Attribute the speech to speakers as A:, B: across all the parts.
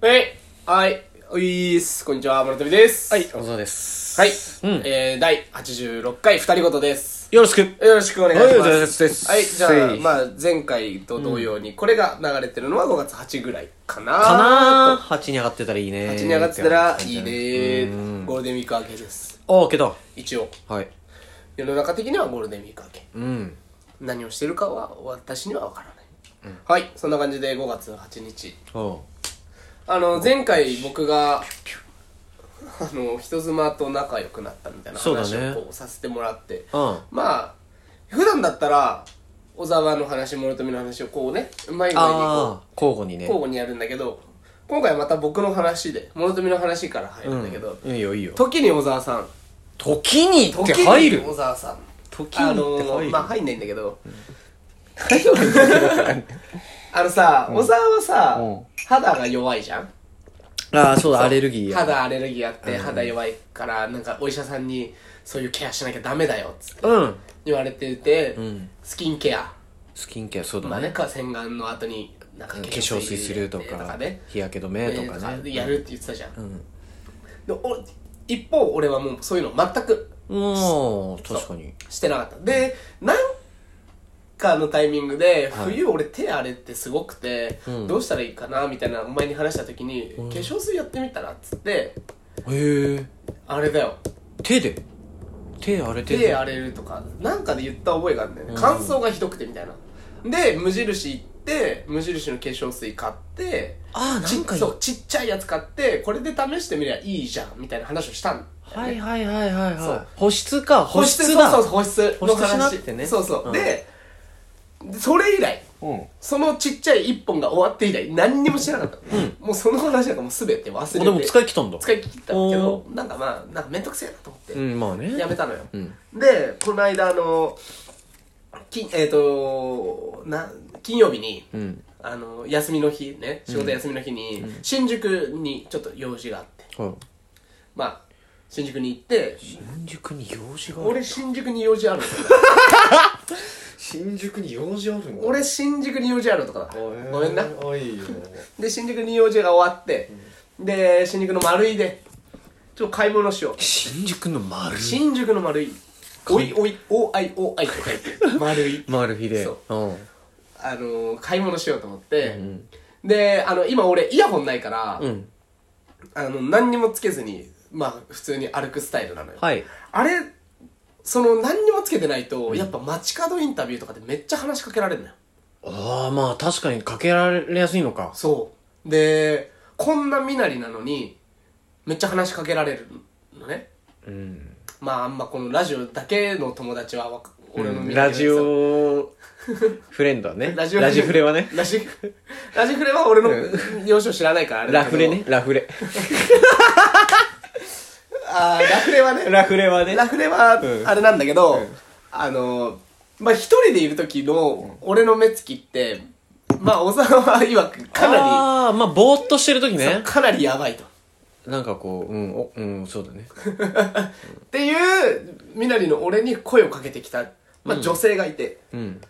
A: はい。はい。おいーす。こんにちは、村飛です。
B: はい、小沢です。
A: はい。
B: うん。
A: えー、第86回、二人ごとです。
B: よろしく。
A: よろしくお願いし
B: はいお願い
A: ま
B: し
A: す。
B: ます
A: はい、じゃあ
B: せ、い
A: まあ、前回と同様に、これが流れてるのは5月8ぐらいかな
B: かなー
A: と。
B: 八に上がってたらいいね。
A: 8に上がってたら、いいね
B: うん
A: ー。ゴールデンウィーク明けです。
B: ああ、けど。
A: 一応、
B: はい。
A: 世の中的にはゴールデンウィーク明け。
B: うん。
A: 何をしてるかは、私にはわからない。はい、そんな感じで5月8日。
B: おう。
A: あの、前回僕が、あの、人妻と仲良くなったみたいな
B: そうだ
A: 話
B: ね
A: をこうさせてもらって、
B: うん。
A: まあ、普段だったら、小沢の話、諸富の話をこうね、うまい具合にこ
B: ああ、交互に
A: う、
B: ね。
A: 交互にやるんだけど、今回また僕の話で、諸富の話から入るんだけど、
B: うん。いいよ、いいよ。
A: 時に小沢さん、
B: 時にっ
A: 時
B: て入る
A: に小沢さん。
B: 時
A: あ
B: に
A: の
B: って入
A: ー、
B: る。
A: まあ入んないんだけど、 あのさ、小沢はさ
B: うん、
A: 肌が弱いじゃん
B: ああ、そうだ、アレルギーや。
A: 肌アレルギーあって肌弱いからなんかお医者さんにそういうケアしなきゃダメだよっつって
B: うん。
A: 言われてて、
B: ん
A: スキンケア
B: スキンケア、そう
A: ま
B: だ
A: あね
B: ね。
A: か洗顔の後になんか
B: 化粧水するとか
A: ね、
B: 日焼け止めとか
A: えー
B: ね。
A: やるって言ってたじゃん、
B: ん
A: でお一方俺はもうそういうの全く
B: もう、確かに。
A: してなかったでなんかのタイミングで、
B: はい
A: 冬俺手荒れってすごくて、
B: うん
A: どうしたらいいかなみたいなお前に話した時に、化粧水やってみたらっつって
B: へえ。
A: あれだよ
B: 手で手荒れてる。
A: 手荒れるとかなんかで言った覚えがあるんだよね、乾燥がひどくてみたいなで無印行って無印の化粧水買って
B: ああ、なんか
A: ち
B: いい
A: そうちっちゃいやつ買ってこれで試してみりゃいいじゃんみたいな話をしたんだよね、
B: はいはいはいはい
A: そ
B: は
A: う
B: い。保湿か、保湿だ。
A: そうそう保湿の
B: 保湿しな
A: 話
B: ってね
A: そうそう、
B: うん
A: ででそれ以来
B: うん。
A: そのちっちゃい一本が終わって以来何にもしてなかった、もうその話なんかもう全て忘れて
B: でも使い切ったんだ。
A: 使い切ったけどなんかまあなんか面倒くせえなと思って、
B: うん、まあね。
A: やめたのよ、
B: うん。
A: でこの間あのきえっ、とな金曜日に、
B: うん。
A: あの休みの日ね仕事休みの日に、新宿にちょっと用事があって
B: はい。
A: まあ新宿に行って
B: 新宿に用事がある。
A: 俺新宿に用事あ るの
B: 新宿に用事あるの
A: 俺新宿に用事あるとかだごめんな
B: あ、いいよ。
A: で新宿に用事が終わって、で新宿の丸井でちょっと買い物しよう
B: 新宿の丸。
A: 新宿の丸井おいおいおあいおあいって書い て丸井
B: 丸ひで。
A: そう
B: うん。
A: あのー買い物しようと思って、
B: ん
A: であの今俺イヤホンないから、
B: うん。
A: あの何にもつけずにまあ普通に歩くスタイルなのよ、
B: はい。
A: あれその何にもつけてないと、やっぱ街角インタビューとかでめっちゃ話しかけられるのよ
B: ああ、まあ確かにかけられやすいのか。
A: そうでこんな身なりなのにめっちゃ話しかけられるのね
B: うん。
A: まああんまこのラジオだけの友達はわか俺の身なり
B: ラ
A: を
B: ジオフレンドはね。
A: ラジオ
B: ラジフレはね。
A: ラジラジフレは俺の幼少知らないからあれだ
B: ラ
A: け
B: フ
A: ど
B: レね。ラフレ。
A: あーラフレはね
B: ラフレはね。
A: ラフレは
B: うん
A: あれなんだけど、あのまあ一人でいる時の俺の目つきってまあ小沢は曰くかな
B: ああ、まあぼーっとしてる時
A: り、
B: ね。
A: かなりやばいと。
B: なんかこう、うん、お、うん、そうだね。
A: っていうみなりの俺に声をかけてきた、まあ、女性がいて、
B: うん。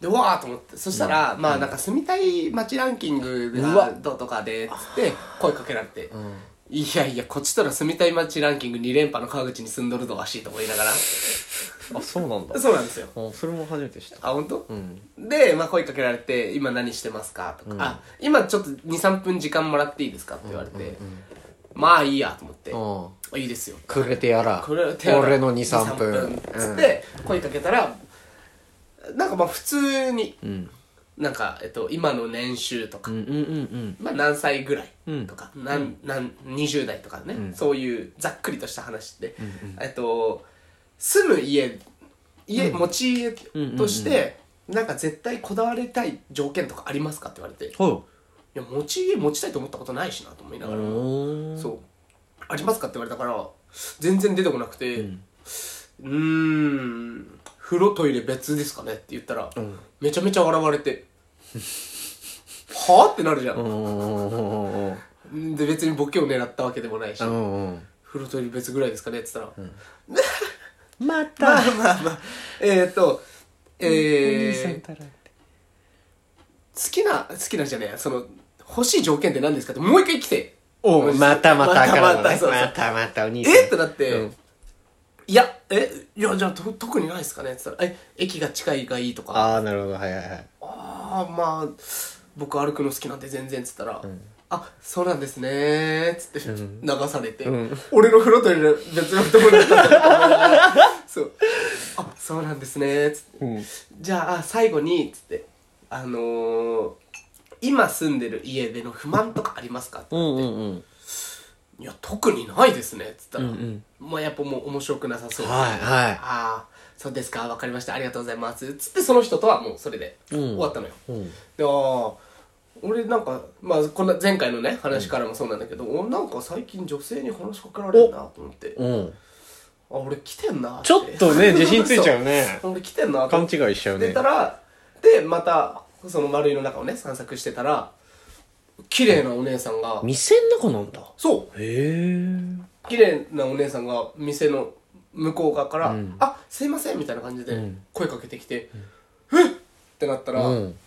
A: でわーと思ってそしたら、まあなんか住みたい街ランキング
B: う
A: が
B: わ
A: どうとかでっつって声かけられて。いやいや、こっちとら住みたい街ランキング2連覇の川口に住んどるぞわしいと思いながら。
B: あ、そうなんだ。
A: そうなんですよ。
B: あそれも初めて知った。
A: あ、本当？
B: うん。
A: で、まあ、声かけられて「今何してますか?」とか、あ今ちょっと23分時間もらっていいですか?」って言われて、まあいいやと思って「
B: うん。
A: いいですよ
B: くれてやら」
A: これは手洗い
B: 俺の23分
A: 23つって声かけたらなんかまあ普通に、なんか、えっと、今の年収とか、
B: うん、うんうんうん
A: まあ、何歳ぐらいとか、なんなん20代とかね、そういうざっくりとした話で、えっと住む家家、持ち家として、なんか絶対こだわりたい条件とかありますかって言われてい
B: ほ
A: や持ち家持ちたいと思ったことないしなと思いながら、
B: うおー
A: そうありますかって言われたから全然出てこなくてうーん風呂トイレ別ですかねって言ったら、めちゃめちゃ笑われてはあってなるじゃん、
B: うんうんうんうん
A: で別にボケを狙ったわけでもないし、
B: うんうん
A: 風呂トイレ別ぐらいですかねって言ったら、
B: ま
A: まあ
B: た
A: まあまあえー、っとえ
B: お兄さん
A: ー、
B: たら
A: 好きな好きなじゃねえやその欲しい条件って何ですかってもう一回来て
B: おうまたまたから
A: また
B: のね
A: またそうそう
B: またまたお兄さん
A: えってなって、
B: うん
A: いやえいやじゃあと特にないですかねって言ったらえ駅が近いがいいとか
B: ああなるほどはいはいはい
A: ああまあ僕歩くの好きなんで全然っつったら、あそうなんですねーっつって流されて、
B: ん
A: 俺の風呂と入れ別のところだったからそうあそうなんですねーっつって、
B: うん
A: じゃああ最後にっつってあのー、今住んでる家での不満とかありますかって
B: うんうんうん
A: いや特にないですねっつったら、
B: うんうん
A: まあやっぱもう面白くなさそう、あ
B: はいは
A: あそうですかわかりましたありがとうございますつってその人とはもうそれで
B: うん
A: 終わったのよ、
B: いうん
A: であー俺なんか、まあ、こんな前回のね話からもそうなんだけど、俺なんか最近女性に話しかけられるなと思ってあ
B: うん
A: 俺来てんなて
B: ちょっとね自信ついちゃうね
A: そう俺来てんなと
B: 勘
A: 思っ
B: 違
A: て
B: いしちゃう
A: 出
B: ね
A: たらでまたその丸いの中をね散策してたら綺麗なお姉さんが、
B: 店の中なんだ
A: そう
B: へ
A: 綺麗なお姉さんが店の向こう側から「
B: うん
A: あすいません」みたいな感じで
B: うん
A: 声かけてきて「えっ!」ってなった
B: え
A: ら、
B: うん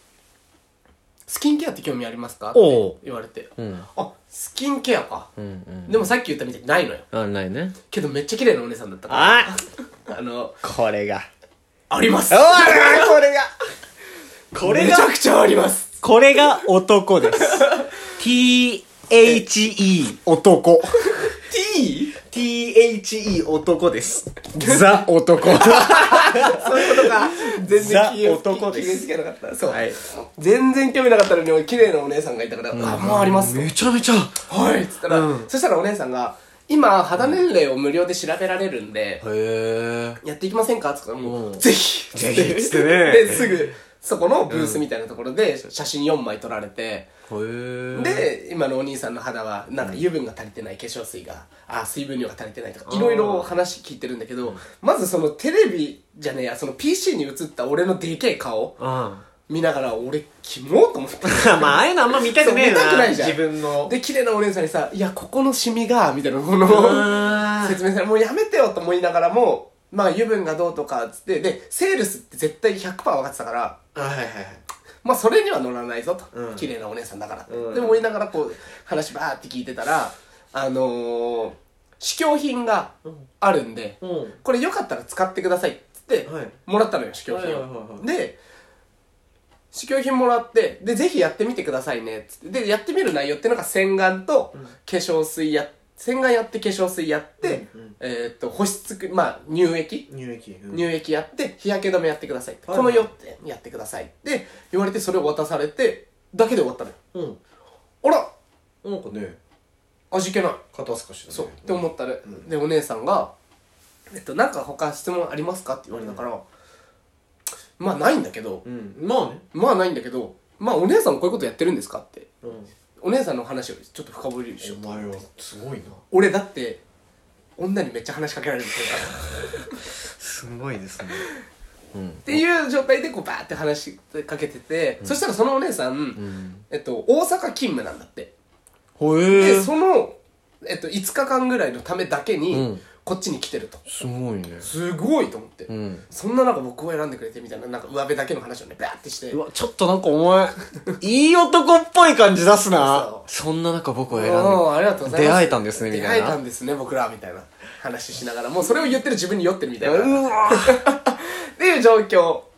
A: スキンケアって興味ありますか?」って言われて
B: うん
A: 「あスキンケアか」
B: うんうん
A: でもさっき言ったみたいにないのよ
B: あないね
A: けどめっちゃ綺麗なお姉さんだったから
B: あ
A: あの
B: これが
A: あります
B: おらこれがこれ
A: めちゃ
B: が
A: くちゃあります
B: これが男です
A: T?
B: THE 男 THE 男ですザ男
A: そういうことか全然
B: ザ
A: 気が
B: 男です
A: 気がつけなかったそう、
B: はい
A: 全然興味なかったのに綺麗なお姉さんがいたから「あもうあります」
B: めちゃめちゃ
A: はいっつったら、
B: うん
A: そしたらお姉さんが「今肌年齢を無料で調べられるんで、
B: へえ
A: やっていきませんか?」っつったらも
B: う
A: うん「ぜひ!」
B: ぜひっつってね
A: ですぐそこのブースみたいなところで写真4枚撮られて、
B: へえ
A: で今のお兄さんの肌はなんか油分が足りてない化粧水があ水分量が足りてないとかいろいろ話聞いてるんだけどまずそのテレビじゃねえやその PC に映った俺のでけえ顔
B: あ
A: 見ながら俺キモと思って
B: あまあああいうのあんま見たくねえな
A: そう見たくないじゃん
B: 自分の
A: で綺麗なお姉さんにさ「いやここのシミが」みたいなこの
B: あー
A: 説明されもうやめてよと思いながらもまあ油分がどうとかっつってでセールスって絶対100%分かってたから
B: はいはいはい
A: まあそれには乗らないぞと、
B: うん
A: 綺麗なお姉さんだからって、
B: うん
A: で思いながらこう話ばーって聞いてたらあのー、試供品があるんで、
B: うん
A: これよかったら使ってくださいっつって、
B: はい
A: もらったのよ試供品を、
B: はいはいはいはい
A: で試供品もらってでぜひやってみてくださいねっつってでやってみる内容ってのが洗顔と化粧水や洗顔やって化粧水やって、
B: うんうん
A: えーっと保湿クまあ乳液
B: 乳液
A: 乳液やって日焼け止めやってくださいって、
B: はい
A: この4点やってくださいって言われてそれを渡されてだけで終わったのよ
B: うん
A: あら
B: なんかね
A: 味気ない
B: 肩透かしだね
A: そうって思ったら、でお姉さんが「えっとなんか他質問ありますか?」って言われたから、まあないんだけど
B: うんまあね
A: まあないんだけどまあお姉さんもこういうことやってるんですかって
B: うん
A: お姉さんの話をちょっと深掘りしよう
B: お前はすごいな
A: 俺だって女にめっちゃ話しかけられるんですよ
B: すごいですねうん
A: っていう状態でこうバーって話しかけてて、そしたらそのお姉さん、
B: ん
A: えっと、大阪勤務なんだって、
B: ほ
A: で
B: えー
A: その、えっと、5日間ぐらいのためだけに、
B: うん
A: こっちに来てると
B: すごいね
A: すごいと思って、
B: うん
A: そんな中僕を選んでくれてみたいななんか上辺だけの話をねバーってして
B: うわちょっとなんかお前いい男っぽい感じ出すな
A: そ
B: そんな中僕を選ん
A: おーありがとうございます
B: 出会えたんですねみたい
A: 出会えた
B: なん
A: ですね僕らみたいな話しながらもうそれを言ってる自分に酔ってるみたいうな、っ
B: わ
A: ていう状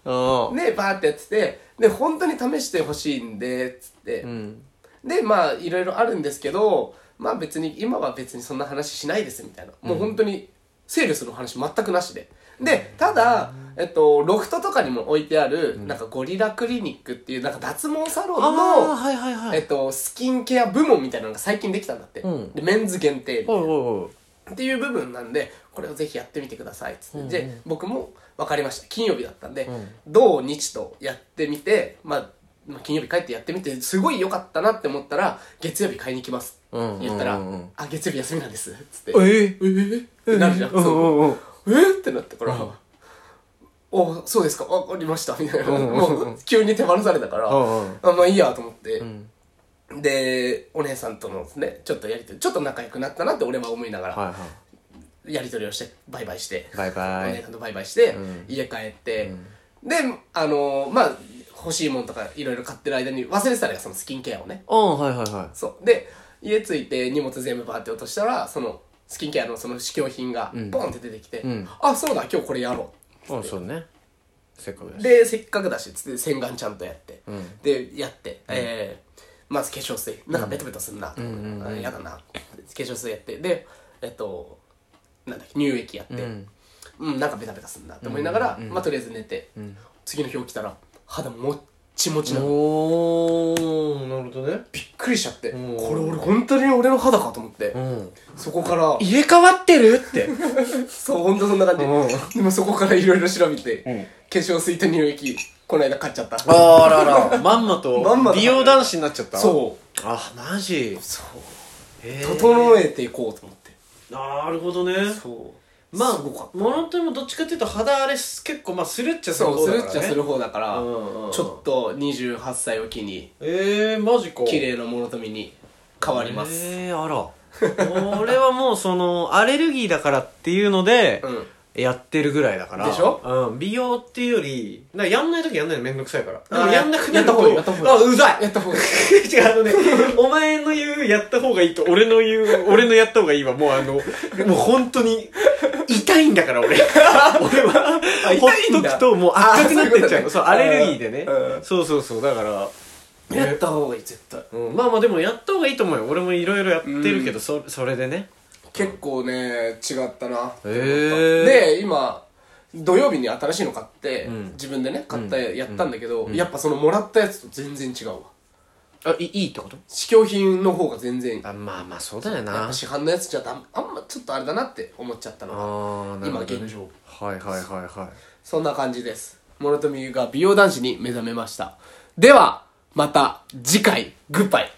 A: 況
B: うん
A: でバーってやっててで本当に試してほしいんでつって、
B: うん
A: でまあいろいろあるんですけどまあ別に今は別にそんな話しないですみたいなもう本当にセールスの話全くなしででただ、えっと、ロフトとかにも置いてある、なんかゴリラクリニックっていうなんか脱毛サロン
B: ああ
A: の、
B: はいはいは
A: え
B: い
A: っと、スキンケア部門みたいなのが最近できたんだって、
B: うん
A: でメンズ限定みたいな
B: おいおいおい
A: っていう部分なんでこれをぜひやってみてくださいっつって、
B: うんうん
A: で僕も分かりました金曜日だったんで、
B: ん
A: 土日とやってみて、まあ、まあ金曜日帰ってやってみてすごい良かったなって思ったら月曜日買いに行きます、
B: うん
A: 言ったら、
B: うんうんうん
A: あ月曜日休みなんです」っつって
B: えー
A: ってなるじゃん、
B: うん
A: そう
B: うんうん
A: えっってなってから「おそうですかわかりました」みたいな、
B: うんうんうん
A: もう急に手放されたから、
B: うんうん
A: あまあいいやと思って、
B: ん
A: でお姉さんとのですねちょっとやりとりちょっと仲良くなったなって俺は思いながら、
B: はいはい
A: やり取りをしてバイバイして
B: バイバイ
A: お姉さんとバイバイして、
B: うん
A: 家帰って、であのーまあ欲しいもんとかいろいろ買ってる間に忘れてたのよそのスキンケアをね
B: ああはいはいは
A: そうで家着いて荷物全部バーって落としたらそのスキンケアのその試供品が
B: ん
A: ボンって出てきて、
B: ん
A: あそうだ今日これやろ
B: いあそうねせっかく
A: う
B: だし
A: でせっかくだしつって洗顔ちゃんとやって、
B: ん
A: でやって、えーまず化粧水なんかベトベトするなと思って、あやだな化粧水やってでえっとなんだっけ乳液やって、
B: うん
A: うん、なんかベタベタすんなって思いながら、まあとりあえず寝て、次の日起きたら肌もっちもちなのびっ
B: おーなるほどね
A: くりしちゃってこ
B: おー
A: れ俺本当に俺の肌かと思って、
B: うん
A: そこから
B: 入れ替わってるって
A: そう本当そんな感じ、
B: う
A: でもそこからいろいろ調べて、
B: ん
A: 化粧水と乳液この間買っちゃった
B: あららまんま
A: まんま
B: と
A: と
B: 美容男子になっちゃった
A: そう
B: あマジ
A: そう
B: へー
A: 整えていこうと思って、
B: なるほどね
A: そう
B: まあ
A: すごかった
B: モノトーンもどっちかっていうと肌荒れす結構まあするっちゃ
A: そうするっちゃする
B: 方
A: 方だから、
B: うんうん
A: ちょっと28歳を機に
B: ええマジか
A: 綺麗なものとみに変わります、
B: ええあら 俺はもうそのアレルギーだからっていうので
A: うん
B: やってるぐらいだから
A: でしょ
B: うん美容っていうよりなんかやんない時やんないのめんどくさいから
A: あー
B: でもやんなくなると
A: やった方がいい
B: あうざい
A: やった方がいい
B: 違う、あのね、お前の言うやった方がいいと、俺の言う、俺のやった方がいいは、もうあの、もう本当に、痛いんだから 俺。俺は
A: あ、
B: ほっ
A: 痛いんだ
B: とくと、もう赤くなってっちゃう。
A: あそううい
B: そ、
A: うことね
B: アレルギーでね
A: う。ん
B: そうそうそう、だから。
A: やった方がいい絶対
B: うん、まあまあでもやった方がいいと思うよ俺もいろいろやってるけど、
A: う
B: そそれでね
A: 結構ね違ったな
B: へー
A: で今土曜日に新しいの買って、
B: ん
A: 自分でね買った、
B: うん
A: やったんだけど、やっぱそのもらったやつと全然違うわ
B: あいいいってこと
A: 試供品の方が全然やっ
B: あまあまあそうだよな
A: ぱ市販のやつじゃだあんまちょっとあれだなって思っちゃった
B: あ
A: の
B: ーなる
A: 今
B: ほど、ね、
A: 現状
B: はいはいはいはい
A: そんな感じですモノトミが美容男子に目覚めましたではまた次回グッバイ